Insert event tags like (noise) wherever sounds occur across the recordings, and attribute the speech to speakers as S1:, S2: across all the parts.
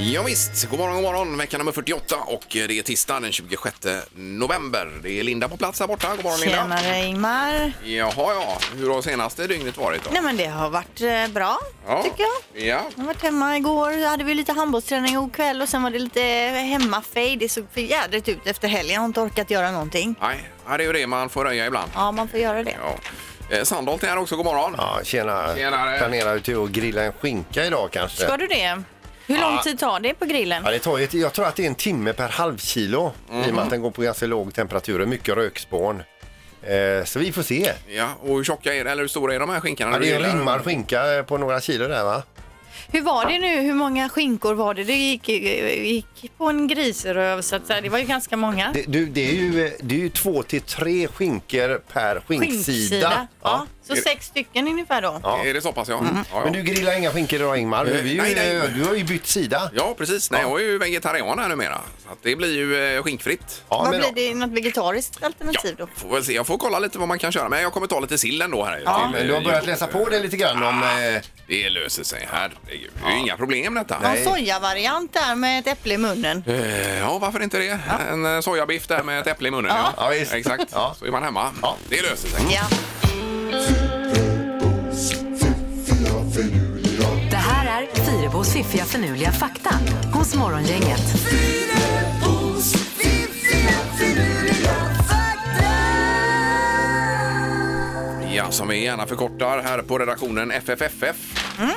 S1: Ja, visst. god morgon, god morgon. Vecka nummer 48 och eh, det är tisdag den 26 november. Det är Linda på plats här borta. God morgon Linda.
S2: Tjenare Ingmar.
S1: Jaha, ja. Hur har senaste dygnet varit då?
S2: Nej men det har varit eh, bra
S1: ja.
S2: tycker jag.
S1: Ja.
S2: Jag har varit hemma igår, hade vi lite handbollsträning igår kväll och sen var det lite hemmafej. Det såg för jädrigt ut efter helgen, jag har inte orkat göra någonting.
S1: Nej, ja, det är ju det man får röja ibland.
S2: Ja, man får göra det.
S1: Ja. Eh, Sandholt är här också. God morgon.
S3: Ja, tjena.
S1: Tjenare.
S3: Planerar du till att grilla en skinka idag kanske?
S2: Ska du det? Hur lång tid tar det på grillen?
S3: Ja, det tar ju ett, jag tror att det är en timme per halvkilo i och
S1: Mhm.
S3: med att den går på ganska låg temperatur och mycket rökspån. Eh, så vi får se.
S1: Ja, och hur tjocka är eller hur stora är de här skinkorna?
S3: Ja,
S1: du
S3: det är en
S1: grillar?
S3: limmad skinka eh, på några kilo där va?
S2: Hur var det nu? Hur många skinkor var det? Det gick, gick på en grisröv så att säga. Det var ju ganska många.
S3: Det, du, det, är ju, eh, det är ju två till tre skinkor per skinksida.
S2: Skinksida. Ja.
S3: Ja.
S2: Så sex stycken ungefär då.
S3: Ja. Mm.
S1: Är det så pass, ja. Ja, ja.
S3: Men du grillar inga skinkor idag Ingmar. Du, är ju,
S1: Nej, nej.
S3: eh, du har ju bytt sida.
S1: ja, precis. Nej, jag är ju vegetarian här numera. Så att det blir ju eh, skinkfritt.
S3: Ja,
S2: Vad
S3: men-
S2: blir det? Något vegetariskt alternativ då?
S1: Får väl se. Jag får kolla lite vad man kan köra. Men jag kommer ta lite sill ändå här.
S3: Ja,
S1: till,
S3: men
S1: eh,
S3: du har börjat
S1: jul.
S3: läsa på det lite grann om...
S1: Ah,
S3: Eh,
S1: Det löser sig. Herregud. Det är ju inga problem detta. Alltså.
S2: Någon sojavariant där med ett äpple i munnen.
S1: Eh, Ja, varför inte det? En eh, sojabiff där med ett äpple i munnen.
S2: Ja.
S3: Ja, visst.
S1: Exakt.
S3: Ja.
S1: Så är man hemma.
S3: Ja.
S1: Det löser sig.
S2: Ja.
S4: Det här är Fyrabos fiffiga förnuliga fakta hos Morgongänget.
S1: Ja, som vi gärna förkortar här på redaktionen FFFF.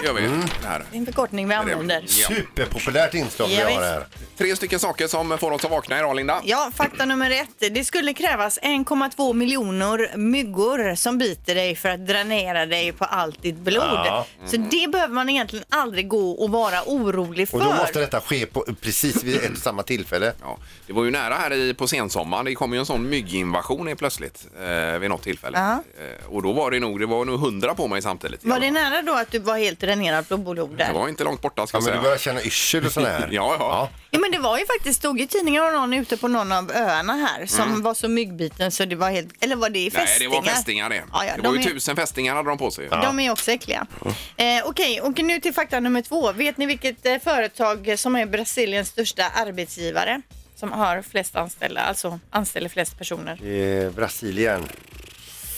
S1: Gör vi. Det Här.
S2: Det är en förkortning vi använder.
S1: Ja.
S3: Superpopulärt inslag vi
S2: Ja,
S3: har
S2: visst.
S3: här.
S1: Tre stycken saker som får oss att vakna idag, Linda.
S2: Ja, fakta nummer ett. Det skulle krävas 1,2 miljoner myggor som biter dig för att dränera dig på allt ditt blod.
S3: Ja.
S2: Så
S1: Mm.
S2: det behöver man egentligen aldrig gå och vara orolig för.
S3: Och då måste detta ske på precis vid ett och samma tillfälle.
S1: Ja, det var ju nära här i, på sensommaren. Det kom ju en sån mygginvasion helt plötsligt eh, vid något tillfälle.
S2: Ja.
S1: Eh, och då var det nog, det var nog hundra på mig samtidigt.
S2: Var det nära då att du var helt dränerad på blod
S1: det
S2: där?
S1: var inte långt borta ska
S3: Ja,
S1: jag
S3: men du
S1: säga.
S3: börjar känna yrsel och sådär. här.
S1: (laughs) Ja, ja.
S2: Ja men det var ju faktiskt, stod i tidningen om någon ute på någon av öarna här som var så myggbiten så det var helt, eller var det fästingar?
S1: Mm. Nej, det var fästingar det.
S2: Ja, ja,
S1: det
S2: de
S1: var ju
S2: är-
S1: tusen fästingar hade de på sig.
S2: De är också äckliga. Eh, Okej, och nu till fakta nummer två. Vet ni vilket eh, företag som är Brasiliens största arbetsgivare? Som har flest anställda, alltså anställer flest personer.
S3: I eh, Brasilien.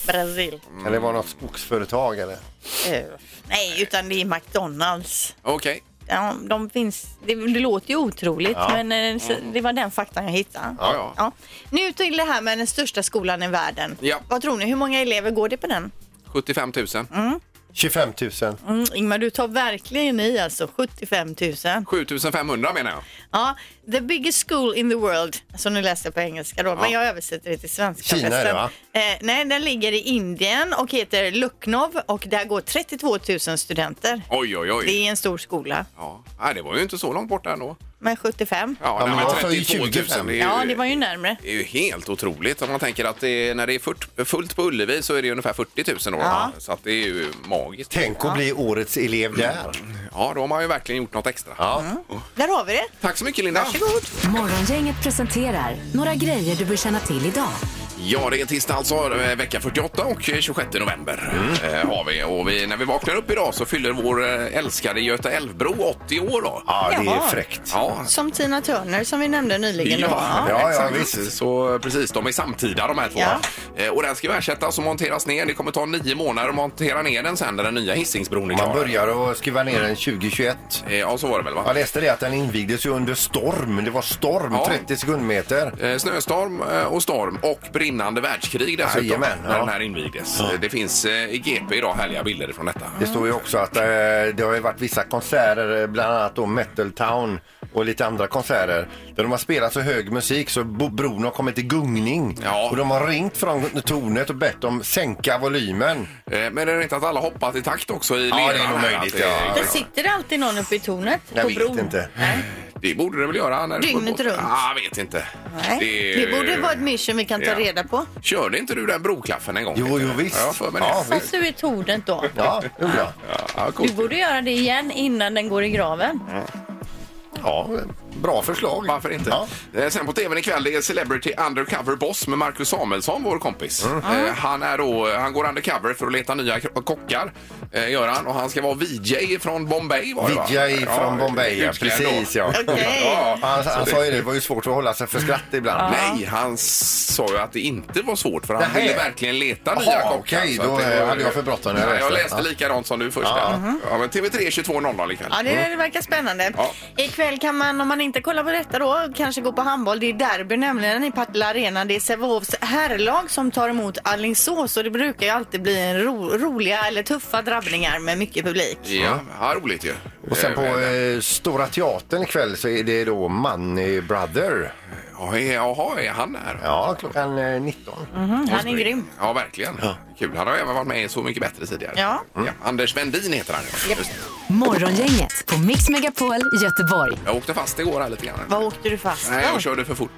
S2: Brasil.
S3: Kan det vara något skogsföretag eller?
S2: Eh, nej, utan det är McDonalds.
S1: Okej.
S2: Ja, de finns, det, det låter ju otroligt, men eh, så, det var den faktan jag hittade.
S1: Mm. Ja, ja.
S2: Nu till det här med den största skolan i världen.
S1: Ja.
S2: Vad tror ni, hur många elever går det på den?
S1: 75 000.
S3: 25 000.
S2: Mm, Ingmar, du tar verkligen i alltså. 75 000.
S1: 7500 menar jag.
S2: Ja, the biggest school in the world, som nu läste jag på engelska då, men jag översätter det till svenska.
S3: Kina är det,
S2: förresten.
S3: va?
S2: Eh, nej, den ligger i Indien och heter Lucknow och där går 32 000 studenter.
S1: Oj, oj, oj.
S2: Det är en stor skola,
S1: Ja. Nej, det var ju inte så långt bort ändå.
S2: men 75.
S1: Ja,
S3: men
S1: nej,
S3: jag sa ju
S1: 32 000, det är ju-
S2: Ja, det var ju närmre.
S1: Det är ju helt otroligt om man tänker att det, är- när det är furt, fullt på Ullevi så är det ungefär 40 000 då. va? Så att det är ju magiskt.
S3: Tänk att bli årets elev där.
S1: Ja, då har man ju verkligen gjort något extra.
S2: Där har vi det.
S1: Tack så mycket Linda.
S2: Mm. Varsågod.
S4: Morgongänget presenterar några grejer du bör känna till idag.
S1: Ja, det är tisdag alltså, eh, vecka 48 och eh, 26 november
S3: Mm.
S1: eh, har vi. Och vi, när vi vaknar upp idag så fyller vår eh, älskade Göta Älvbro 80 år då.
S3: Ja, det är
S2: Jaha.
S3: fräckt.
S1: Ja,
S2: Som Tina Turner som vi nämnde nyligen. då.
S1: Ja,
S3: Ja, ja,
S1: exakt.
S3: visst.
S1: Så eh, precis, de är samtida de här två.
S2: Ja.
S1: Eh, Och den ska ju ersättas och monteras ner. Det kommer ta nio månader att montera ner den sen när den nya Hisingsbron är klar.
S3: Man börjar att skruva ner den 2021.
S1: Eh, Ja, så var det väl va?
S3: Jag läste det att den invigdes ju under storm. Det var storm,
S1: Ja.
S3: 30 sekundmeter.
S1: Eh, Snöstorm eh, och storm och brinnande världskrig dessutom
S3: Jajamän,
S1: när
S3: ja.
S1: den här invigdes. Eh, Det finns eh, i GP idag härliga bilder från detta.
S3: Det står ju också att eh, det har ju varit vissa konserter, eh, bland annat då Metal Town och lite andra konserter. Där de har spelat så hög musik så bo- bron har kommit i gungning.
S1: Ja.
S3: Och de har ringt från tornet och bett dem sänka volymen.
S1: Eh, Men är det inte att alla hoppat i takt också i
S3: Ja,
S1: leran
S3: det är nog
S1: här?
S3: möjligt,
S1: Att eh, det-
S3: ja.
S2: Där sitter det alltid någon uppe i tornet
S3: Jag
S2: på
S3: vet
S2: bron.
S3: inte.
S2: Nej.
S1: Det borde det väl göra? När det går
S2: Dygnet
S1: på-
S2: runt.
S1: Ah, jag vet inte.
S2: Nej. Det, borde vara ett mission vi kan ta
S1: Ja.
S2: reda på.
S1: Körde inte du den broklaffen en gång?
S3: Jo,
S1: Peter?
S3: jo, visst.
S1: Ja, för mig
S3: Ja,
S1: det.
S2: Fast du är tornet då.
S3: Ja, det gjorde jag.
S1: Ja, ja, coolt.
S2: Du borde göra det igen innan den går i graven.
S3: Ja, bra förslag.
S1: Varför inte?
S3: Ja.
S1: Eh, Sen på tvn ikväll det är Celebrity Undercover Boss med Marcus Samuelsson, vår kompis.
S3: Mm.
S1: Eh, Han, är då, han går undercover för att leta nya k- kockar, eh, gör han. Och han ska vara VJ från Bombay var det va?
S3: Vijay från Bombay, ja,
S1: utklädd då.
S3: precis ja.
S2: Okej.
S1: (laughs) Ja,
S3: Han, han sa ju det, det var ju svårt att hålla sig för skratt ibland.
S1: Nej, han sa ju att det inte var svårt för han
S3: Nähä.
S1: ville verkligen leta nya
S3: Jaha,
S1: kockar.
S3: okej,
S1: så att
S3: då
S1: det var-
S3: hade jag för bråttom när jag
S1: Ja, Jag
S3: läste.
S1: läste
S3: Ja.
S1: likadant som du först.
S3: Ja.
S1: Ja. Ja, men TV3 22.00 ikväll.
S2: Ja, det, det verkar spännande.
S1: Mm. Ja.
S2: Ikväll kan man, om man inte kollar på detta då, kanske gå på handboll. Det är derby nämligen i Partille Arena. Det är Sävehofs herrlag som tar emot Alingsås och det brukar ju alltid bli en ro, roliga eller tuffa drabbningar med mycket publik.
S1: Ja, ja, roligt ju.
S3: Och sen på
S1: Eh,
S3: eh, Stora Teatern ikväll så är det då Money Brother.
S1: ja, eh, Jaha, är han där?
S3: Ja, klockan eh, 19.
S2: Mm, han är grym.
S1: Ja, verkligen. Kul. Han har även varit med i Så mycket bättre tidigare. Mm.
S2: Ja.
S1: Anders Wendin heter han. Just det.
S4: Morgongänget på Mix Megapol Göteborg.
S1: Jag åkte fast igår här lite grann.
S2: Vad åkte du fast
S1: Nej,
S2: då?
S1: jag körde för fort.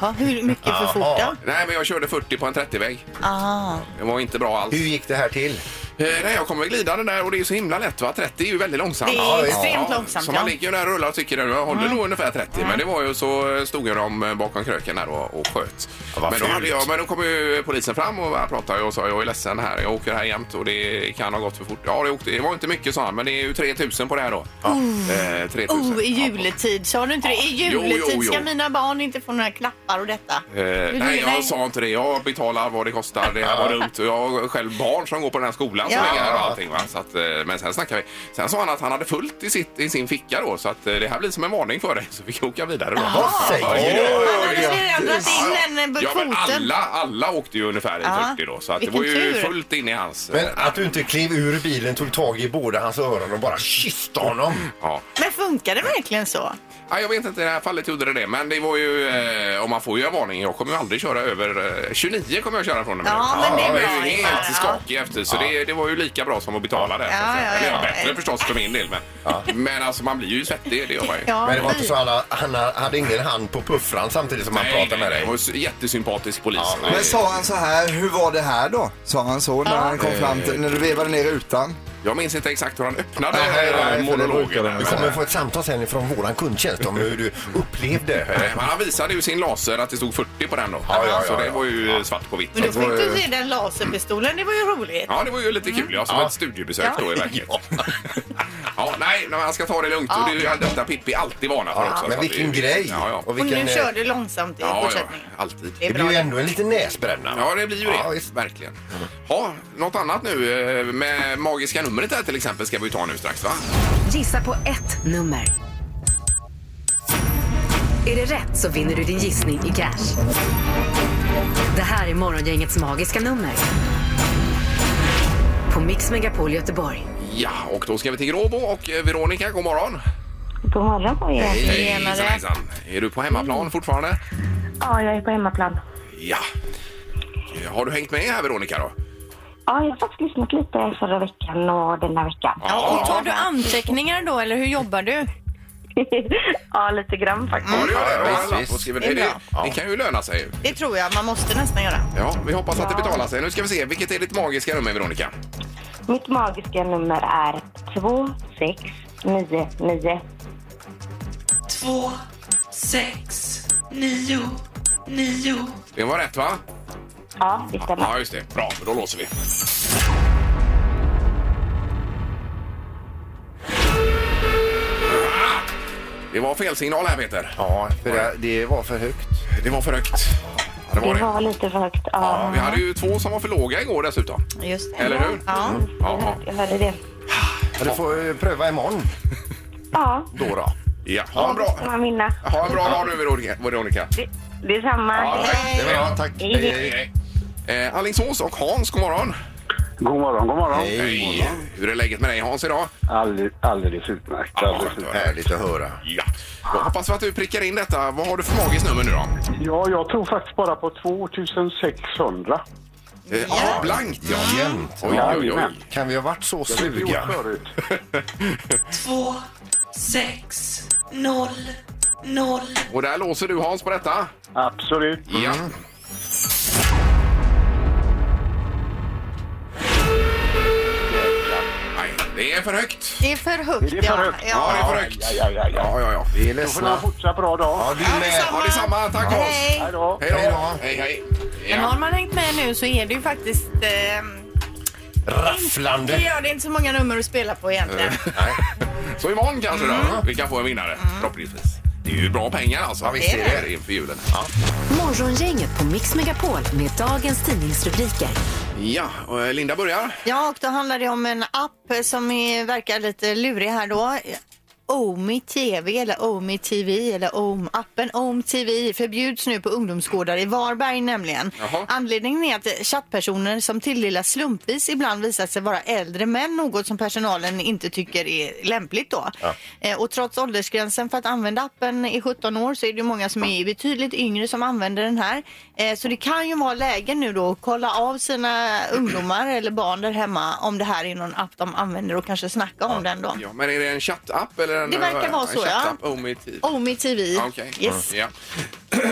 S2: Jaha, hur mycket för fort då?
S3: Jaha.
S1: Nej, men jag körde 40 på en 30-väg.
S2: Ah.
S1: Det var inte bra alls.
S3: Hur gick det här till?
S1: Eh, nej, jag kommer glidande där och det är så himla lätt va? 30 är ju väldigt långsamt.
S2: Det är Ja, visst. extremt långsamt,
S1: Så
S2: ja. Mm.
S1: man ligger ju där och rullar och tycker att jag håller nog ungefär 30. Men det var ju så eh, stod jag dem eh, bakom kröken där och, och sköt.
S3: Ja, vad
S1: men, då
S3: fult.
S1: hade jag, men då kom ju polisen fram och jag pratade och sa jag är ledsen här. Jag åker här jämt och det kan ha gått för fort. Ja, det, åkte, det var inte mycket sa han, men det är ju 3000 på det här då. Eh, 3000.
S2: Oh, i juletid. Sa du inte det? I
S1: jo,
S2: juletid
S1: jo.
S2: ska mina barn inte få några klappar och detta.
S1: Eh,
S2: Du,
S1: nej, jag sa inte det. Jag betalar vad det kostar. Det här var dumt. Och Jag har själv barn som går på den här skolan som
S2: Ja.
S1: är här och allting. Va? Så att, eh, men sen snackade vi. Sen sa han att han hade fullt i, sitt, i sin ficka då så att eh, det här blir som en varning för dig. Så vi kan åka vidare då.
S3: Vad
S1: Ja,
S3: säger
S1: ja,
S3: du?
S1: ja,
S2: Han hade
S1: ja.
S2: redan dragit in en
S1: Ja, men
S2: kvoten.
S1: alla, alla åkte ju ungefär i
S2: Ja.
S1: 40 då så att det
S2: Vilken
S1: var ju
S2: tur.
S1: fullt in i hans... eh,
S3: Men att du inte klev ur bilen, tog tag i båda hans öron och bara kysste honom.
S1: Ja.
S2: Men funkar det verkligen så?
S1: Ja, jag vet inte, i det här fallet gjorde det det. Men det var ju, eh, om man får ju en varning, jag kommer ju aldrig köra över... Eh, 29 kommer jag köra från och med
S2: Ja,
S1: nu.
S2: men det är
S1: jag
S2: bra,
S1: ju
S2: Ingmar,
S1: helt
S2: ja.
S1: skakig efter, så det, det var ju lika bra som att betala det.
S2: Ja, ja,
S1: Eller
S2: ja.
S1: bättre förstås för min del, men, men alltså man blir ju svettig, det gör man ju.
S2: Ja,
S3: Men det var
S2: vi-
S3: inte så alla, han hade ingen hand på puffran samtidigt som han
S1: Nej,
S3: pratade
S1: nej,
S3: med
S1: nej,
S3: dig.
S1: det var ju jättesympatisk polis.
S3: Ja,
S1: Nej.
S5: Men sa han så här, hur var det här då? Sa han så när han kom fram till, när du vevade ner rutan?
S1: Jag minns inte exakt hur han öppnade
S3: Nej, nej, nej,
S1: eh,
S3: för det
S1: monologen. Eh,
S3: Vi kommer få ett samtal sen från våran kundtjänst om hur du upplevde.
S1: Eh, Men han visade ju sin laser att det stod 40 på den då.
S3: Ja, ja, ja,
S1: så det
S3: ja.
S1: var ju svart på vitt.
S2: Men då fick du se den laserpistolen. Det var ju roligt.
S1: Ja, det var ju lite kul. Ja, som ett studiebesök då i verket. Ja. nej, nej, man ska ta det lugnt. Och det är ju detta Pippi alltid varnar för också.
S3: Men vilken
S1: Så att det-
S3: grej!
S1: Ja, ja.
S3: Och
S2: Och
S3: vilken,
S2: nu
S3: eh,
S2: kör du långsamt i
S1: ja, ja
S2: fortsättningen.
S1: alltid.
S2: Det är
S3: det
S2: bra.
S3: blir ju ändå en liten näsbränna.
S1: Ja, det blir ju det.
S3: Ja, visst.
S1: Verkligen. Ja, något annat nu eh, med magiska numret här till exempel ska vi ta nu strax, va?
S4: Gissa på ett nummer. Är det rätt så vinner du din gissning i cash. Det här är Morgongängets magiska nummer. På Mix Megapol Göteborg.
S1: Ja, och då ska vi till Gråbo och eh, Veronica, god morgon.
S6: God morgon på er.
S1: Hejsan, hejsan. Är du på hemmaplan fortfarande?
S6: Ja, jag är på hemmaplan. (laughs)
S1: Ja. Eh, Har du hängt med här Veronica då?
S6: Ja, jag har faktiskt lyssnat lite förra veckan och denna veckan.
S2: Ja, och tar du anteckningar då, eller hur jobbar du?
S6: ja, lite grann faktiskt.
S1: Ja, det gör det.
S3: Ja,
S1: Ja,
S3: visst,
S1: lapp och
S3: visst.
S1: skriver
S2: Det är
S1: det, det,
S2: bra.
S1: det kan ju löna sig.
S2: Det tror jag. Man måste nästan göra.
S1: Ja, vi hoppas att det betalar sig. Nu ska vi se, vilket är ditt magiska nummer, Veronica?
S6: Mitt magiska nummer är 2699.
S1: Det var rätt, va?
S6: Ja, det stämmer.
S1: Ja, just det. Bra, då låser vi. Ah! Det var fel signal här, Peter.
S3: Ja, för det, det var för högt.
S1: Det var för högt. Ja, det var
S6: Det
S1: det.
S6: var lite för högt.
S1: Ja,
S6: Ja,
S1: vi hade ju två som var för låga igår dessutom.
S2: Just det.
S1: Eller hur?
S2: Ja.
S1: Ja,
S6: jag hörde det.
S3: Men du får eh, pröva imorgon.
S6: Ja,
S3: Då då.
S1: ja. Ha
S6: kan
S1: en bra,
S6: man vinna.
S1: ha en bra dag nu, Veronica- Veronica.
S6: Det, det är samma.
S1: Ja, tack.
S3: Det var bra, tack.
S6: Hej.
S1: Hej, hej. Eh, Alingsås och Hans, god morgon.
S7: God morgon, god morgon.
S1: Hej. Hur är läget med dig, Hans, idag?
S7: Alldeles, alldeles utmärkt.
S1: Ja,
S7: Alldeles
S1: skönt att
S7: utmärkt.
S1: höra.
S3: Härligt att höra.
S1: Ja. Jag hoppas att du prickar in detta. Vad har du för magiskt nummer nu då?
S7: Ja, jag tror faktiskt bara på 2600.
S1: Eh, Ja, blankt ja.
S3: Jämt.
S1: Oj, oj, oj.
S7: Jajamän.
S3: Kan vi ha varit så
S7: Gjort
S3: suga?
S7: förut.
S2: Noll.
S1: Och där låser du Hans på detta?
S7: Mm. Absolut.
S1: Ja. Nej, det är för högt.
S2: Det är för högt.
S7: Det är för högt.
S1: Ja,
S2: Ja, ja.
S1: det är för högt.
S7: Ja, ja, ja.
S1: Ja, ja, ja.
S3: Vi är
S7: Då får ni ha
S3: ledsna.
S7: en fortsatt bra dag.
S3: Ja, du med.
S2: detsamma.
S1: Ja, detsamma. Tack Hans.
S2: Hej.
S7: Hej då.
S1: Hej då. Hej, hej.
S2: Men har
S1: Ja.
S2: man hängt med nu så är det ju faktiskt... ehm,
S3: Rafflande.
S2: Ja, det är inte så många nummer att spela på egentligen.
S1: (laughs) Så imorgon kanske då
S2: Mm.
S1: vi kan få en vinnare förhoppningsvis. Det är ju bra pengar alltså. Ja,
S2: visst är det.
S1: Inför julen.
S4: Morgongänget på Mix Megapol med dagens tidningsrubriker.
S1: Ja, och eh, Linda börjar.
S2: Ja, och då handlar det om en app som är, verkar lite lurig här då. Omi TV eller Omi TV eller Om appen Om TV förbjuds nu på ungdomsgårdar i Varberg nämligen.
S1: Jaha.
S2: Anledningen är att chattpersoner som tilldelas slumpvis ibland visat sig vara äldre män, något som personalen inte tycker är lämpligt då. Eh, Och trots åldersgränsen för att använda appen är 17 år så är det ju många som är betydligt yngre som använder den här. Eh, Så det kan ju vara läge nu då att kolla av sina ungdomar eller barn där hemma om det här är någon app de använder och kanske snacka om den då.
S1: Ja, men är det en chattapp eller en eh,
S2: Det verkar vara
S1: en
S2: så, ja.
S1: chattapp? Omi TV.
S2: Omi TV.
S1: Ja, (clears throat) Okej.
S2: Yes.
S1: Mm, ja.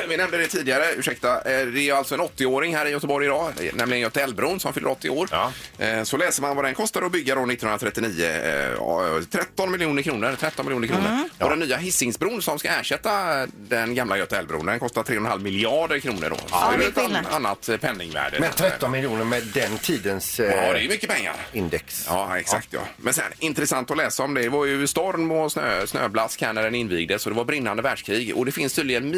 S1: Vi nämnde det tidigare, ursäkta. Eh, Det är ju alltså en 80-åring här i Göteborg idag, eh, nämligen Götaälvbron som fyller 80 år.
S3: Ja.
S1: Eh, Så läser man vad den kostar att bygga då 1939. eh, ja, 13 miljoner kronor. 13 miljoner kronor.
S2: Mm.
S1: Och den nya Hisingsbron som ska ersätta den gamla Götaälvbron, den kostar 3,5 miljarder kronor då.
S2: Ja,
S1: så
S2: det är
S1: ett an-
S2: skillnad.
S1: annat eh, penningvärde.
S3: Men 13 miljoner med den tidens eh,
S1: Ja, det är mycket pengar.
S3: index.
S1: Ja, exakt. Ja. Men sen, intressant att läsa om det. Det var ju storm och snö, snöblask här när den invigdes och det var brinnande världskrig. Och det finns tydligen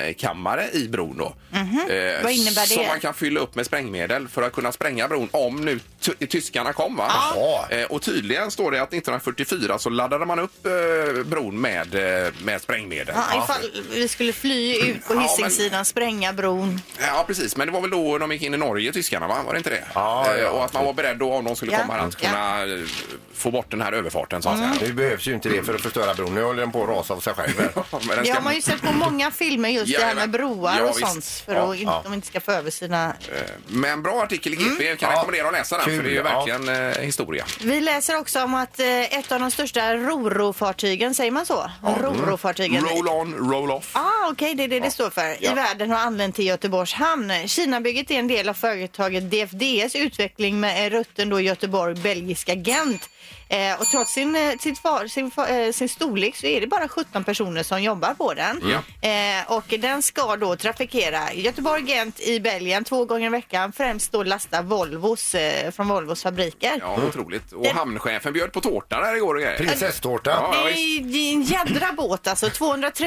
S1: minkammare i bron då. Eh,
S2: Mhm. Vad innebär det?
S1: Som man kan fylla upp med sprängmedel för att kunna spränga bron om nu ty- tyskarna kom. Va?
S3: Ja.
S1: Eh, och tydligen står det att 1944 så laddade man upp eh, bron med, eh, med sprängmedel.
S2: Ja, ifall vi skulle fly ut på
S1: Ja, men-
S2: Hisingssidan, spränga bron.
S1: Ja, precis. Men det var väl då de gick in i Norge, tyskarna, va? Var det inte det?
S3: Ja, ja.
S1: Eh, Och att man var beredd då om de skulle
S2: Ja,
S1: komma här att
S2: ja. Mm.
S1: kunna eh, få bort den här överfarten så att säga.
S3: Nu behövs ju inte det för att förstöra bron. Nu håller den på att rasa av sig själv. (laughs) här.
S1: Ja, men den
S2: Det
S1: ska-
S2: har man ju sett på många filmer just det här med
S1: Jajamän.
S2: broar
S1: Ja,
S2: och
S1: visst.
S2: sånt för
S1: Ja, Eh.
S2: att inte,
S3: ja.
S2: de inte ska få över sina...
S1: Men bra artikel i
S2: Mm.
S1: GP. Jag kan
S3: Ja.
S1: rekommendera att läsa den
S3: Kul,
S1: för det är ju
S3: ja.
S1: verkligen eh, historia.
S2: Vi läser också om att eh, ett av de största rorofartygen, säger man så?
S1: mm.
S2: Rorofartygen.
S1: Roll on, roll off.
S2: Ah, Okej, det är det det står för. I världen har anlänt till Göteborgs hamn. Kinabygget är en del av företaget DFDS utveckling med eh, rutten då Göteborg, belgiska Gent. Eh, och trots sin, eh, sitt far, sin, fa- eh, sin storlek så är det bara 17 personer som jobbar på den. Eh, och den ska då trafikera Göteborg, Gent i Belgien två gånger i veckan. Främst då lasta Volvos eh, från Volvos fabriker.
S1: Ja,
S3: Mm.
S1: otroligt. Och hamnchefen bjöd på tårta där igår och grejer.
S3: Prinsesstårta.
S1: Ja.
S2: Det är det är en jädra båt alltså.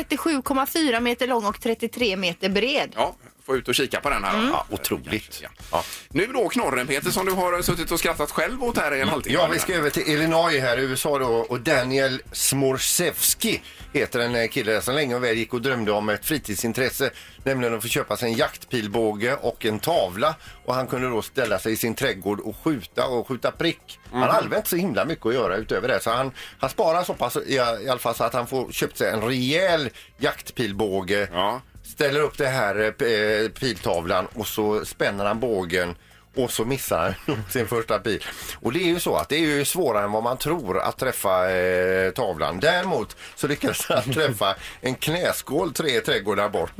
S2: 237,4 meter lång och 33 meter bred.
S1: Ja, få ut och kika på den här.
S2: Mm.
S1: Ja,
S3: Otroligt.
S1: Ja.
S3: Ja.
S1: Nu då knorren Peter som du har suttit och skrattat själv åt här i en halvtimme.
S3: Mm. Ja, vi ska över till Illinois här i USA då och Daniel Smorsevski heter en eh, kille där som länge och väl gick och drömde om ett fritidsintresse, nämligen att få köpa sig en jaktpilbåge och en tavla och han kunde då ställa sig i sin trädgård och skjuta och skjuta prick.
S1: Mhm.
S3: Han har allmänt så himla mycket att göra utöver det så han, han sparar så pass i, i alla fall så att han får köpt sig en rejäl jaktpilbåge
S1: Ja.
S3: ställer upp det här eh, p- eh, piltavlan och så spänner han bågen och så missar han (laughs) sin första pil. Och det är ju så att det är ju svårare än vad man tror att träffa eh, tavlan. Däremot så lyckades han träffa en knäskål tre trädgårdar bort.
S1: (laughs)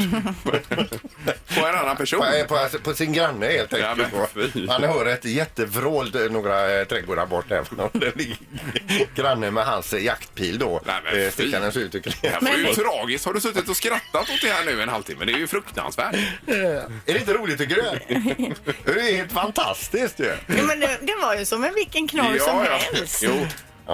S1: På en annan person.
S3: På, eh, på, alltså, på sin granne helt
S1: Ja,
S3: enkelt.
S1: men fy.
S3: han hör ett jättevrål eh, några eh, trädgårdar bort (laughs) även om det ligger granne med hans eh, jaktpil då.
S1: Nej, men fy.
S3: eh, stickandes ut ur
S1: Det här
S3: knät.
S1: var ju tragiskt. Har du suttit och skrattat åt det här nu en halvtimme? Det är ju fruktansvärt.
S3: (laughs) Är det inte roligt
S1: (laughs)
S3: tycker du? det är helt fantastiskt ju.
S2: Ja, men det, det var ju som en vilken knorr som helst.
S1: Jo.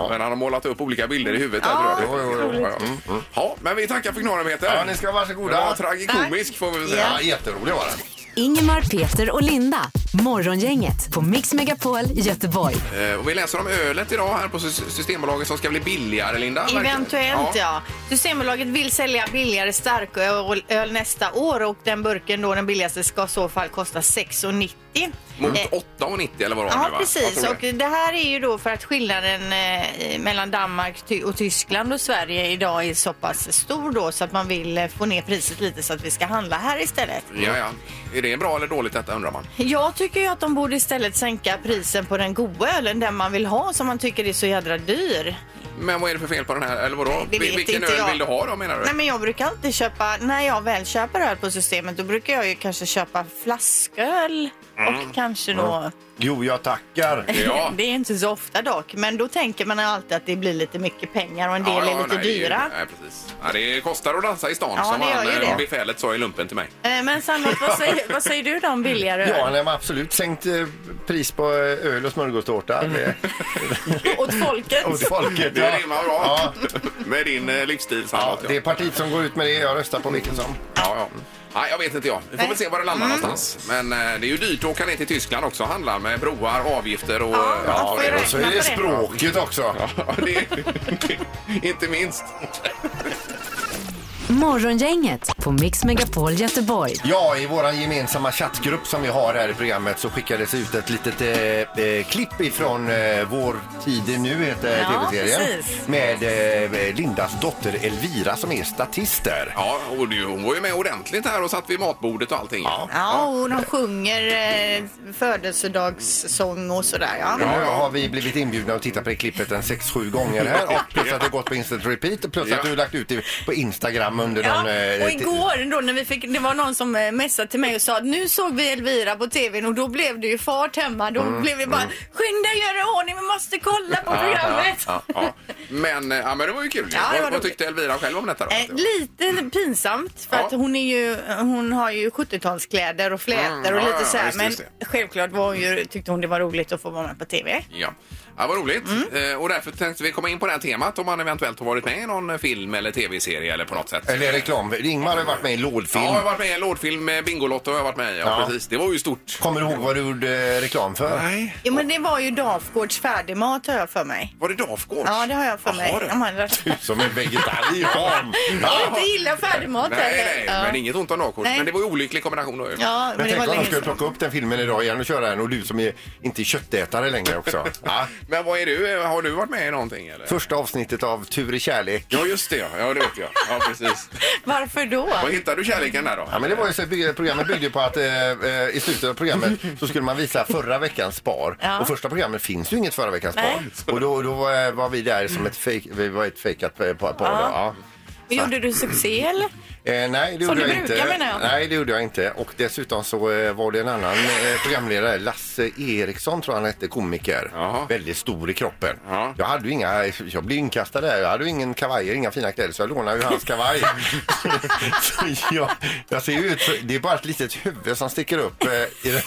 S1: Men han har målat upp olika bilder i huvudet. Ja,
S3: Jo, jo, jo.
S1: ja, men vi tackar för knorren Peter.
S3: Mm, Ja, ni ska vara
S1: Det
S3: varsågoda.
S1: var tragikomisk får vi väl säga.
S3: Ja, jätterolig var den.
S4: Ingemar, Peter och Linda. Morgongänget på Mix Megapol Göteborg.
S1: Eh, Och vi läser om ölet idag här på Sy- Systembolaget som ska bli billigare, Linda. verkar-
S2: Eventuellt ja. Systembolaget vill sälja billigare starköl nästa år och den burken då, den billigaste, ska i så fall kosta 6,90.
S1: Mot
S2: Eh,
S1: 8,90 eller vad det var
S2: Ja,
S1: nu, va? Jag
S2: precis.
S1: tror
S2: Och det här är ju då för att skillnaden eh, mellan Danmark Ty- och Tyskland och Sverige idag är så pass stor då så att man vill eh, få ner priset lite så att vi ska handla här istället.
S1: Ja, ja. Är det bra eller dåligt detta undrar man?
S2: Jag tycker ju att de borde istället sänka prisen på den goda ölen, den man vill ha som man tycker är så jädra dyr.
S1: Men vad är det för fel på den här? Eller vadå?
S2: det vet
S1: Vil- Vilken
S2: inte
S1: öl
S2: jag.
S1: vill du ha då menar du?
S2: Nej men jag brukar alltid köpa, när jag väl köper öl på systemet då brukar jag ju kanske köpa flasköl och kanske då,
S3: Jo, jag tackar.
S1: Ja.
S2: (laughs) det är inte så ofta dock, men då tänker man alltid att det blir lite mycket pengar och en del är lite
S1: nej, det
S2: dyra.
S1: Nej, precis. Ja, det kostar att dansa i stan
S2: Ja,
S1: som
S2: det gör
S1: han,
S2: ju
S1: eh,
S2: det.
S1: befälet sa i lumpen till mig.
S2: Eh, Men Sandholt, vad säger, vad säger du då om billigare
S3: Ja,
S2: öl?
S3: nej, men absolut sänkt eh, pris på eh, öl och smörgåstårta. (laughs) Det-
S2: Åt folket?
S3: Åt folket.
S1: Det rimmar bra (laughs) med din eh, livsstil
S3: Ja,
S1: Sandholt.
S3: det är partiet som går ut med det. Jag röstar på vilken som.
S1: Ja, ja. Nej, jag vet inte jag. Vi får
S2: Nej. Mm.
S1: väl se var det landar någonstans. Men eh, det är ju dyrt att åka ner till Tyskland också och handla med broar, avgifter och... eh,
S2: Ja, man får ju
S1: det-
S3: Och så är
S2: räkna
S3: det
S2: på det.
S3: språket också.
S1: Ja, (laughs) det, inte minst.
S4: Morgongänget på Mix Megapol Göteborg.
S3: Ja, i vår gemensamma chattgrupp som vi har här i programmet så skickades ut ett litet eh, eh, klipp ifrån eh, Vår tid är nu, heter
S2: Ja,
S3: tv-serien.
S2: precis.
S3: Med eh, Lindas dotter Elvira som är statist där.
S1: Ja, och det, hon var ju med ordentligt här och satt vid matbordet och allting. Ja,
S2: Ja, och de sjunger eh, födelsedagssång och sådär ja.
S3: Nu har vi blivit inbjudna att titta på det klippet en sex sju gånger här och plus att det har gått på instant repeat och plus
S1: Ja.
S3: att du har lagt ut det på Instagram under
S2: Ja,
S3: någon... eh,
S2: och
S3: ti-
S2: igår då när vi fick, det var någon som eh, messade till mig och sa att nu såg vi Elvira på tvn och då blev det ju fart hemma. Då blev vi bara skynda gör i ordning, vi måste kolla på programmet.
S1: Mm, Ja, ja. Men, eh, ja, men det var ju kul. ju.
S2: Ja, det var
S1: vad, vad
S2: roligt.
S1: tyckte Elvira själv om detta? Då?
S2: Eh, lite pinsamt för
S1: Ja.
S2: att hon, är ju, hon har ju 70-talskläder och flätor
S1: Mm, ja,
S2: och lite
S1: ja,
S2: så här.
S1: visst,
S2: men
S1: visst
S2: självklart var hon ju, tyckte hon det var roligt att få vara med på TV.
S1: Ja. ja, vad roligt.
S2: Mm.
S1: Eh, Och därför tänkte vi komma in på det här temat om man eventuellt har varit med i någon eh, film eller tv-serie eller på något sätt.
S3: Eller reklam. Ingmar har varit med i en
S1: Ja,
S3: lådfilm.
S1: jag har varit med i en lådfilm med Bingolotto har jag varit med i. Ja,
S3: Ja.
S1: precis. Det var ju stort.
S3: Kommer du ihåg vad du gjorde eh, reklam för?
S1: Nej.
S2: Jo men det var ju Dafgårds färdigmat har jag för mig.
S1: Var det Dafgård?
S2: Ja det har jag för mig.
S1: Jaha, du. Typ.
S2: De andra-
S3: Som en vegetarian!
S2: Jag inte gillar färdigmat
S1: Nej, nej,
S2: Ja.
S1: men inget ont om Dafgård.
S2: Nej.
S1: Men det var ju olycklig kombination då ju.
S2: Ja, men
S3: Men
S2: det var
S3: tänk om de
S2: länge
S3: skulle
S2: sedan.
S3: plocka upp den filmen idag igen och köra den och du som är inte är köttätare
S1: (laughs)
S3: längre också. Ja.
S1: Men vad är du? Har du varit med i någonting eller?
S3: Första avsnittet av Tur i kärlek.
S1: Ja, just det. ja. Ja, det vet jag. Ja, precis.
S2: Varför då?
S1: Vad hittar du kärleken där då?
S3: Ja, men det var ju så, bygg- programmet byggde ju på att eh, eh, i slutet av programmet så skulle man visa förra veckans spar.
S2: Ja.
S3: Och första programmet finns ju inget förra veckans
S2: Nej.
S3: spar. Och då, då eh, var vi där som ett, fake, vi var ett fejkat eh, par. par då. Ja.
S2: Gjorde du succé eller?
S3: Eh, nej, det
S2: Som
S3: gjorde
S2: du
S3: jag inte.
S2: brukar, menar jag.
S3: Nej, det gjorde jag inte. Och dessutom så eh, var det en annan eh, programledare, Lasse Eriksson tror jag han hette, komiker.
S1: Jaha.
S3: Väldigt stor i kroppen.
S1: Ja.
S3: Jag hade ju inga, jag blev inkastad där. Jag hade ju ingen kavajer, inga fina kläder, så jag lånade ju
S1: (laughs)
S3: hans kavaj. så jag, jag ser ju ut, så- det är bara ett litet huvud som sticker upp. Eh, i den.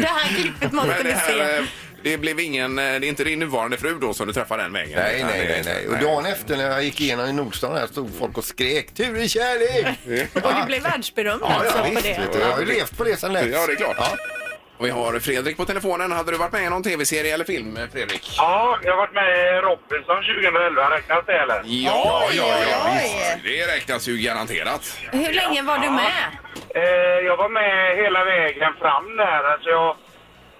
S2: Det här klippet man
S1: Men det
S2: kunde
S1: här,
S2: se.
S1: eh, det blev ingen, eh, det är inte din nuvarande fru då som du träffar den vägen?
S3: Nej,
S1: Utan
S3: nej,
S1: det
S3: nej,
S1: är-
S3: nej. Och dagen efter när jag gick igenom i Nordstan här stod folk och skrek tur i kärlek.
S2: Och du blev världsberömd
S3: Ja,
S2: alltså
S3: ja,
S2: på
S3: visst,
S2: det.
S3: vet du. Jag har ju levt på det sedan dess.
S1: Ja, det är klart. Och vi har Fredrik på telefonen. Hade du varit med i någon tv-serie eller film, eh, Fredrik?
S7: Ja, jag har varit med i Robinson 2011. Räknas det eller?
S1: Ja,
S2: Oj,
S1: ja, ja,
S2: oj,
S1: visst. Det räknas ju garanterat.
S2: Hur länge var du med?
S7: Eh, jag var med hela vägen fram där. Alltså jag,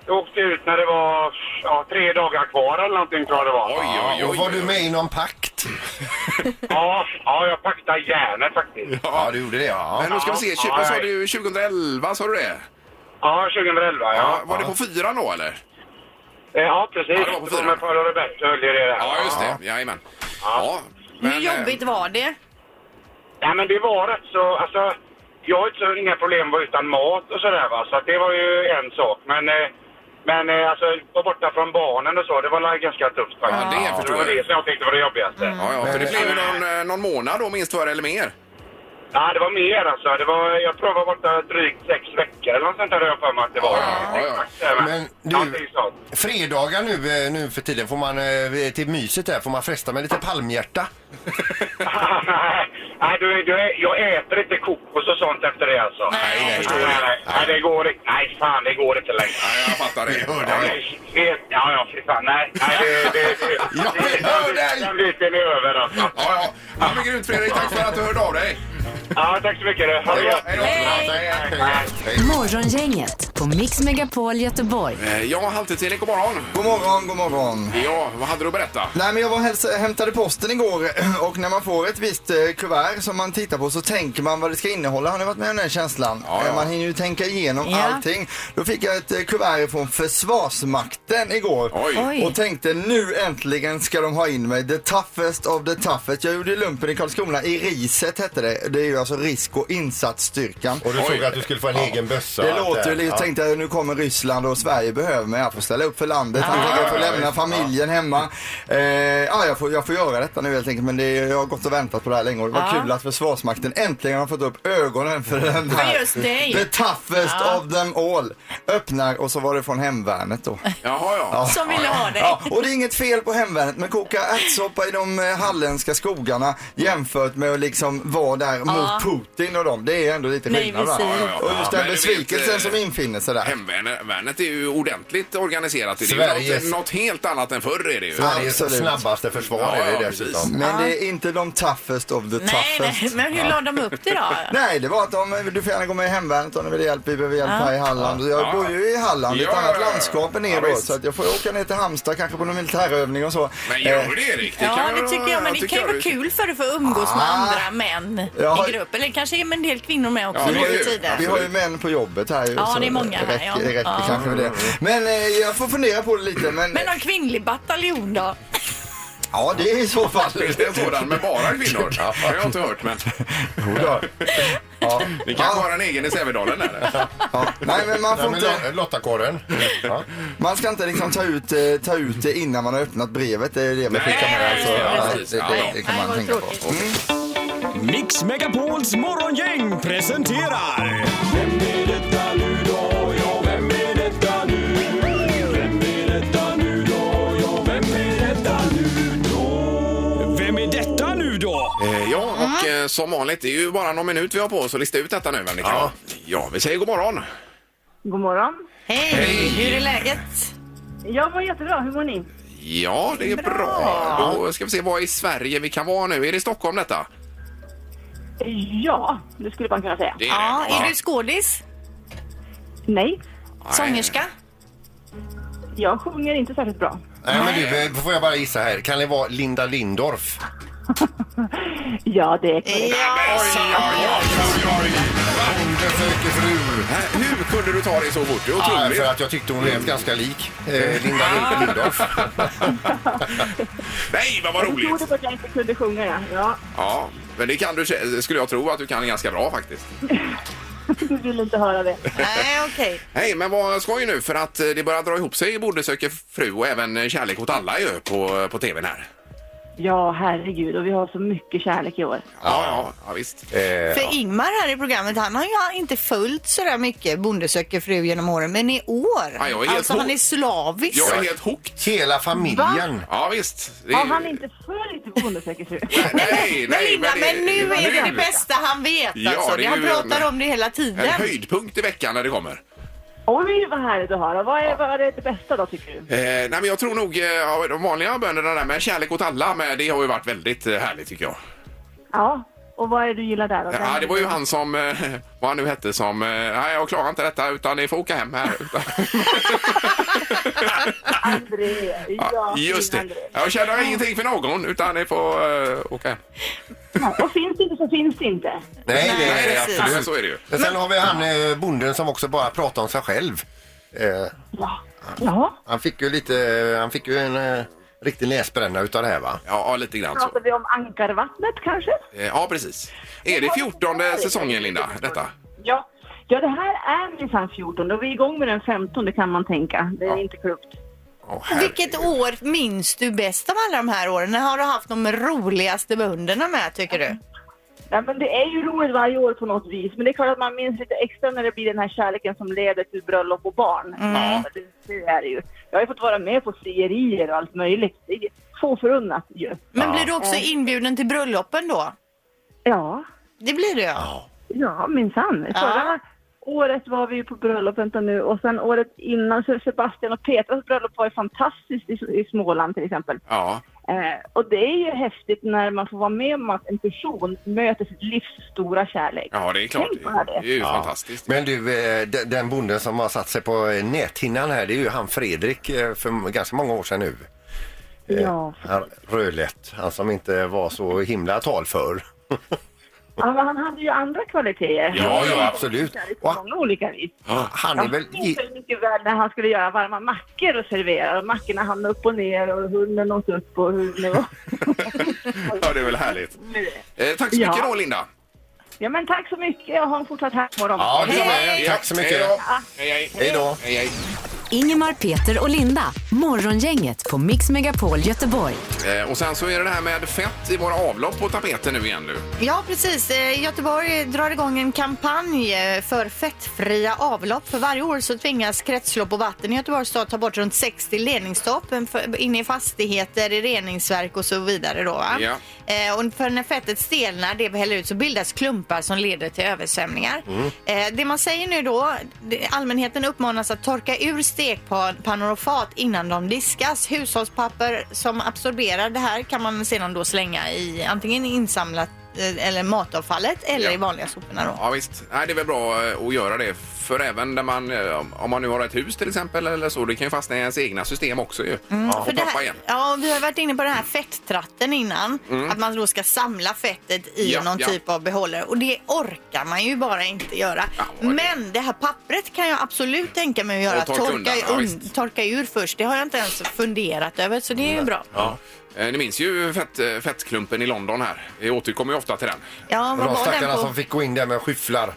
S7: jag åkte ut när det var ja, tre dagar kvar eller någonting tror jag det var.
S1: Oj, oj,
S3: Ja, och
S1: oj.
S3: var du med i någon pakt?
S7: Ja, ja jag paktade järnet faktiskt.
S3: Ja, du gjorde det ja.
S1: Men nu ska vi se,
S7: Ja,
S1: tju- vad sa
S7: nej.
S1: du 2011? Sa du det?
S7: Ja, 2011 ja.
S1: var det på fyran då eller?
S7: Eh, ja, precis.
S1: Ja, det
S7: det
S1: var på
S7: var
S1: fyran.
S7: med Paul och Roberto höll ju det där.
S1: Ja, just det. Jajamän. Ja.
S2: Hur
S1: men, eh,
S2: jobbigt var det?
S7: Nej, men det var rätt så... Alltså, jag har inte så inga problem att vara utan mat och sådär va. Så att det var ju en sak. Men, eh, men eh, alltså, vara borta från barnen och så, det var la- ganska tufft faktiskt.
S1: Ja, det
S7: det
S1: förstår
S7: var
S1: jag.
S7: det som jag tyckte var det jobbigaste.
S1: Ja, ja, för det blev ju någon, eh, någon månad då minst för eller mer.
S7: Ja, det var mer alltså. Det var, jag tror jag var borta drygt sex veckor eller något sånt där har jag för mig att det var.
S1: Ja, ja, ja.
S7: Exakt, men-
S3: Men du-
S7: Någonting sånt.
S3: Fredagar nu, eh, nu för tiden får man eh, till myset där får man fresta med lite palmhjärta.
S7: (laughs) Nej, du, du, jag äter inte kokos och sånt efter det alltså.
S2: Nej,
S1: jag förstår
S7: nej,
S1: det.
S7: nej, nej, det går inte. Nej, fan, det går inte längre.
S1: Nej, jag fattar det.
S3: hörde
S1: Ja,
S3: jag.
S1: ja.
S7: Nej, helt- Ja, ja, fy fan. Nej, nej, det... det, det,
S1: (laughs)
S3: Ja,
S7: det,
S3: jag hör dig!
S7: Den biten är över alltså.
S1: Ja, ja. ja men grymt Fredrik, tack för att du hörde av dig.
S7: Ja, tack så mycket. du. Ha det gott.
S1: Hej då.
S3: Hej, hej, hej.
S4: Morgongänget på på Mix Megapol Göteborg.
S1: Eh, Ja, Halvtids-Erik, god morgon.
S5: God morgon, god morgon.
S1: Ja, vad hade du att berätta?
S5: Nej men jag var och hälsa- hämtade posten igår (clears throat) och när man får ett visst eh, kuvert som man tittar på så tänker man vad det ska innehålla. Har ni varit med om den känslan?
S1: Ja, ja.
S5: Eh, Man hinner ju tänka igenom
S2: Ja.
S5: allting. Då fick jag ett eh, kuvert från Försvarsmakten igår.
S1: Oj.
S2: Oj.
S5: Och tänkte nu äntligen ska de ha in mig. The toughest of the toughest. Jag gjorde lumpen i Karlskrona i Riset hette det. Det är ju alltså risk och insatsstyrkan.
S3: Och du såg att du skulle få en egen bössa.
S5: Det
S3: Att,
S5: låter ju
S3: eh,
S5: lite,
S3: ja.
S5: tänkte jag nu kommer Ryssland och Sverige behöver mig. Jag får ställa upp för landet.
S2: Ah.
S5: Jag tänker jag får lämna familjen hemma. Eh, ja, jag får, jag får göra detta nu helt enkelt. Men det, är- jag har gått och väntat på det här länge och det var
S2: Ja.
S5: kul att Försvarsmakten äntligen har fått upp ögonen för den här.
S2: För just dig.
S5: The toughest of them all. Öppnar och så var det från hemvärnet
S2: (laughs)
S5: då.
S1: Jaha, ja.
S2: Som ville ha dig.
S5: Ja, och det är inget fel på hemvärnet, men koka ärtsoppa i de eh, halländska skogarna jämfört med att liksom vara där mot Putin och dem. Det är ändå lite
S2: Nej,
S5: skillnad va?
S2: precis. Ja,
S1: ja, ja.
S5: Och just
S1: Men
S5: den
S1: du vet,
S5: besvikelsen
S1: eh,
S5: som infinner sig där.
S1: Hemvärnet är ju ordentligt organiserat. Det är ju
S3: Sveriges-
S1: något, något helt annat än förr är det ju.
S5: Ja.
S3: Sveriges
S5: absolut.
S3: snabbaste försvar
S1: Ja,
S3: är
S1: ja,
S3: det
S1: precis.
S3: dessutom.
S5: Men det är inte de toughest of the
S2: Nej,
S5: toughest.
S2: nej, men hur la de upp det då?
S5: Nej, det var att de, du får gärna gå med i hemvärnet om du vill ha hjälp. Vi behöver hjälp här i Halland. Jag
S1: Ja.
S5: bor ju i Halland, i ett
S1: Ja,
S5: annat
S1: ja, ja.
S5: landskap än
S1: Ja,
S5: er då.
S1: visst.
S5: Så att jag får åka ner till Halmstad kanske på någon militärövning och så.
S1: Men
S5: Eh,
S1: gör det Erik. Det
S2: Ja,
S1: kan
S2: det tycker jag. Men det kan ju vara kul för dig för att umgås med
S5: Ah.
S2: andra män
S5: Ja.
S2: i gruppen. Eller kanske är en del kvinnor med också
S1: Ja,
S2: nu
S1: det är
S2: för
S1: ju-
S5: Vi
S2: tiden.
S5: har ju män på jobbet här ju,
S2: Ja,
S5: så
S2: det är många här,
S5: räcker,
S2: ja.
S5: det räcker
S2: Ja.
S5: kanske med det. Men eh, jag får fundera på det lite. Men, eh,
S2: Men någon kvinnlig bataljon då?
S5: ja, det är i så fall.
S1: (laughs) Finns det en sådan med bara kvinnor? Ja, det har jag inte hört, men
S5: Ja. Ja.
S1: ni kanske har en egen i Sävedalen där.
S5: Ja. Nej, men man
S3: Nej,
S5: får
S3: men
S5: inte...
S3: Lo- Lottakåren. Ja.
S5: Man ska inte liksom ta ut, eh, ta ut det innan man har öppnat brevet. Det är det vi skickar med.
S2: nej,
S5: Alltså.
S2: nej,
S5: Ja,
S1: precis.
S5: det,
S1: Ja,
S5: det, det kan
S2: nej,
S5: man
S2: vad
S5: tänka på.
S2: tråkigt.
S8: Mix Megapols morgongäng presenterar... Vem är detta nu då? Ja, vem är detta nu? Vem är detta nu då? Ja, vem är detta nu då? Vem är detta nu då?
S1: Eh, Ja, och eh, som vanligt, det är ju bara någon minut vi har på oss att lista ut detta nu, vem det kan vara. Ja, vi säger god morgon.
S6: God morgon.
S2: Hej, hur är läget?
S6: Jag mår jättebra. Hur mår ni?
S1: Ja, det är bra. Då ska vi se vad i Sverige vi kan vara nu. Är det Stockholm detta?
S6: Ja, det skulle man kunna säga.
S1: Det är
S2: Ja,
S1: det.
S2: är du skådis?
S6: Nej,
S1: Nej.
S2: Sångerska?
S6: jag sjunger inte särskilt bra.
S3: Nej, men du, eh, får jag bara gissa här. Kan det vara Linda Lindorff?
S6: Ja, det är
S2: Ja,
S3: Bonde söker fru.
S1: Hä? Hur kunde du ta det så fort? Det är
S3: Ja,
S1: otroligt.
S3: för att jag tyckte hon lät ganska lik eh, Linda Lind- Lindorff.
S1: Nej, vad var
S6: Jag
S1: roligt!
S6: trodde att jag inte kunde sjunga det. Ja,
S1: Ja, men det kan du, skulle jag tro att du kan ganska bra faktiskt.
S6: du vill inte höra det.
S2: nej okej.
S1: Hej, men vad skoj nu för att eh, det börjar dra ihop sig i Bonde söker fru och även eh, Kärlek åt alla ju på, på tvn här.
S6: Ja, herregud. Och vi har så mycket kärlek i år.
S1: Ja, ja, ja visst.
S3: Eh,
S2: För Ingmar här i programmet, han har ju inte följt så där mycket Bonde söker fru genom åren, men i år,
S1: Ja, jag är helt
S2: alltså
S1: ho-
S2: han är slavisk.
S1: Jag är helt hooked.
S3: hela familjen.
S1: Ja, visst. Det är-
S6: Har han inte följt Bonde söker fru?
S1: Nej, nej,
S2: Men, (laughs) men Linda,
S1: det-
S2: men nu är det det bästa han vet
S1: Ja,
S2: alltså.
S1: det
S2: Det
S1: är
S2: han
S1: ju
S2: pratar
S1: en-
S2: om det hela tiden.
S1: En höjdpunkt i veckan när det kommer.
S6: Oj, vad härligt att höra. Vad är, vad är det bästa då, tycker du?
S1: Eh, nej, men jag tror nog eh, ja, de vanliga bönderna där med kärlek åt alla, men det har ju varit väldigt eh, härligt tycker jag.
S6: Ja, och vad är det du gillar där? då?
S1: Ja, det var ju han som, eh, vad han nu hette, som eh, nej, jag klarar inte detta utan ni får åka hem här.
S6: (laughs) André. Ja,
S1: Just
S6: André.
S1: det. Jag känner ingenting för någon utan ni får eh, åka hem.
S6: Ja, Och finns det inte så finns det inte.
S3: Nej, det är
S1: Nej,
S3: det
S1: det, absolut. Så
S3: absolut.
S1: är det ju.
S3: Men sen har vi han eh, bonden som också bara pratar om sig själv. Eh,
S6: Ja. Jaha.
S3: han fick ju lite, han fick ju en eh, riktig näsbränna utav det här va?
S1: Ja, ja, lite grann så.
S6: Pratar vi om ankarvattnet kanske?
S1: Eh, Ja, precis. Är det 14 säsongen, Linda? Detta?
S6: Ja. Ja, det här är minsann 14 och vi är igång med den 15, det kan man tänka. Det är inte klokt.
S1: Åh,
S2: Vilket
S1: herregud.
S2: år minns du bäst av alla de här åren? När har du haft de roligaste bönderna med tycker du?
S6: Nej, men det är ju roligt varje år på något vis, men det är klart att man minns lite extra när det blir den här kärleken som leder till bröllop och barn.
S2: Mm.
S6: Ja, Det, det är det ju. Jag har ju fått vara med på frierier och allt möjligt. Det är få förunnat ju.
S2: Men blir du också inbjuden till bröllopen då?
S6: Ja,
S2: Det blir du ja.
S6: ja minsann. Förra året var vi ju på bröllop, vänta nu, och sen året innan så Sebastian och Petras bröllop var ju fantastiskt i, i Småland till exempel.
S1: Ja.
S6: Eh, Eh, och det är ju häftigt när man får vara med om att en person möter sitt livs stora kärlek.
S1: Ja, det är klart.
S6: Tänk bara det.
S1: Det är ju fantastiskt.
S3: Men du, eh, de- den bonden som har satt sig på eh, näthinnan här, det är ju han Fredrik eh, för ganska många år sedan nu. Eh,
S6: Ja.
S3: Han, Rödlätt, han som inte var så himla talför.
S6: Ja, men han hade ju andra kvaliteter.
S3: Ja,
S6: Han
S3: ja, (laughs)
S6: var
S3: absolut.
S6: kärlek På många olika vis.
S3: Han är väl...
S6: Jag minns det mycket väl när han skulle göra varma mackor och servera. Och mackorna hamnade upp och ner och hunden åt upp och hunden åt
S1: (laughs) Ja, det är väl härligt. Eh, tack så
S6: Ja.
S1: mycket då, Linda.
S6: Ja, men tack så mycket och ha en fortsatt härlig morgon.
S3: Ja, det
S1: Hej.
S3: med. Tack så mycket.
S1: Hej då. Hej, hej.
S3: Hej då.
S1: Hej, hej.
S4: Ingemar, Peter och Linda. Morgongänget på Mix Megapol Göteborg.
S1: Eh, Och sen så är det det här med fett i våra avlopp på tapeten nu igen. Du.
S2: Ja, precis. Eh, Göteborg drar igång en kampanj eh, för fettfria avlopp. För varje år så tvingas kretslopp och vatten i Göteborgs stad ta bort runt 60 ledningsstopp eh, för- inne i fastigheter, i reningsverk och så vidare. Då, va?
S9: Ja.
S2: Eh, Och för när fettet stelnar, det vi häller ut, så bildas klumpar som leder till översvämningar. Eh, Det man säger nu då, det- allmänheten uppmanas att torka ur stekpannor och fat innan de diskas. Hushållspapper som absorberar det här kan man sedan då slänga i antingen insamlat eh, eller matavfallet eller i vanliga soporna då.
S1: Ja, visst. Nej, det är väl bra eh, att göra det. För även när man, eh, om man nu har ett hus till exempel eller så, det kan ju fastna i ens egna system också ju. Och
S2: Mm. För det
S1: tappa
S2: här,
S1: igen.
S2: ja, vi har varit inne på den här fetttratten innan.
S1: Mm.
S2: Att man då ska samla fettet i
S1: Ja,
S2: någon
S1: ja.
S2: typ av behållare. Och det orkar man ju bara inte göra. Men det här pappret kan jag absolut tänka mig att göra.
S1: Och torka
S2: torka,
S1: undan,
S2: i-
S1: ja,
S2: un-
S1: visst.
S2: torka ur först. Det har jag inte ens funderat över. Så det är ju bra.
S1: Ja. Eh, Ni minns ju fett, eh, fettklumpen i London här. Vi återkommer ju ofta till den.
S2: Ja, vad
S3: De
S2: var den
S3: stackarna
S2: på?
S3: som fick gå in där med skyfflar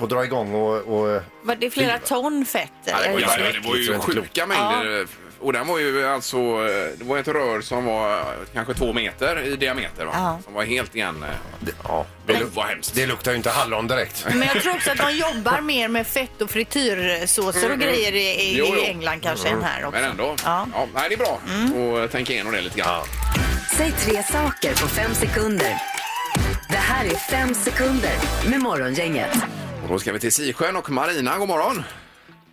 S3: och dra igång och... och
S2: Var det flera ton fett?
S1: Ja, det var ju,
S2: eller?
S1: det var ju sjuka mängder. eh, Och den var ju alltså, eh, det var ett rör som var eh, kanske två meter i diameter va?
S2: Ja.
S1: Som var helt igen. Ja, det, var hemskt.
S3: Det luktar ju inte hallon direkt.
S2: Men jag tror också att de jobbar mer med fett och frityrsåser och
S1: Mm, mm.
S2: grejer i, i,
S1: Jo, jo.
S2: i England kanske än här också.
S1: Men ändå. Ja. nej, det är bra
S2: Mm.
S1: att tänka igenom det lite grann.
S4: Säg tre saker på fem sekunder. Det här är fem sekunder med Morgongänget.
S1: Och då ska vi till Sisjön och Marina, god morgon.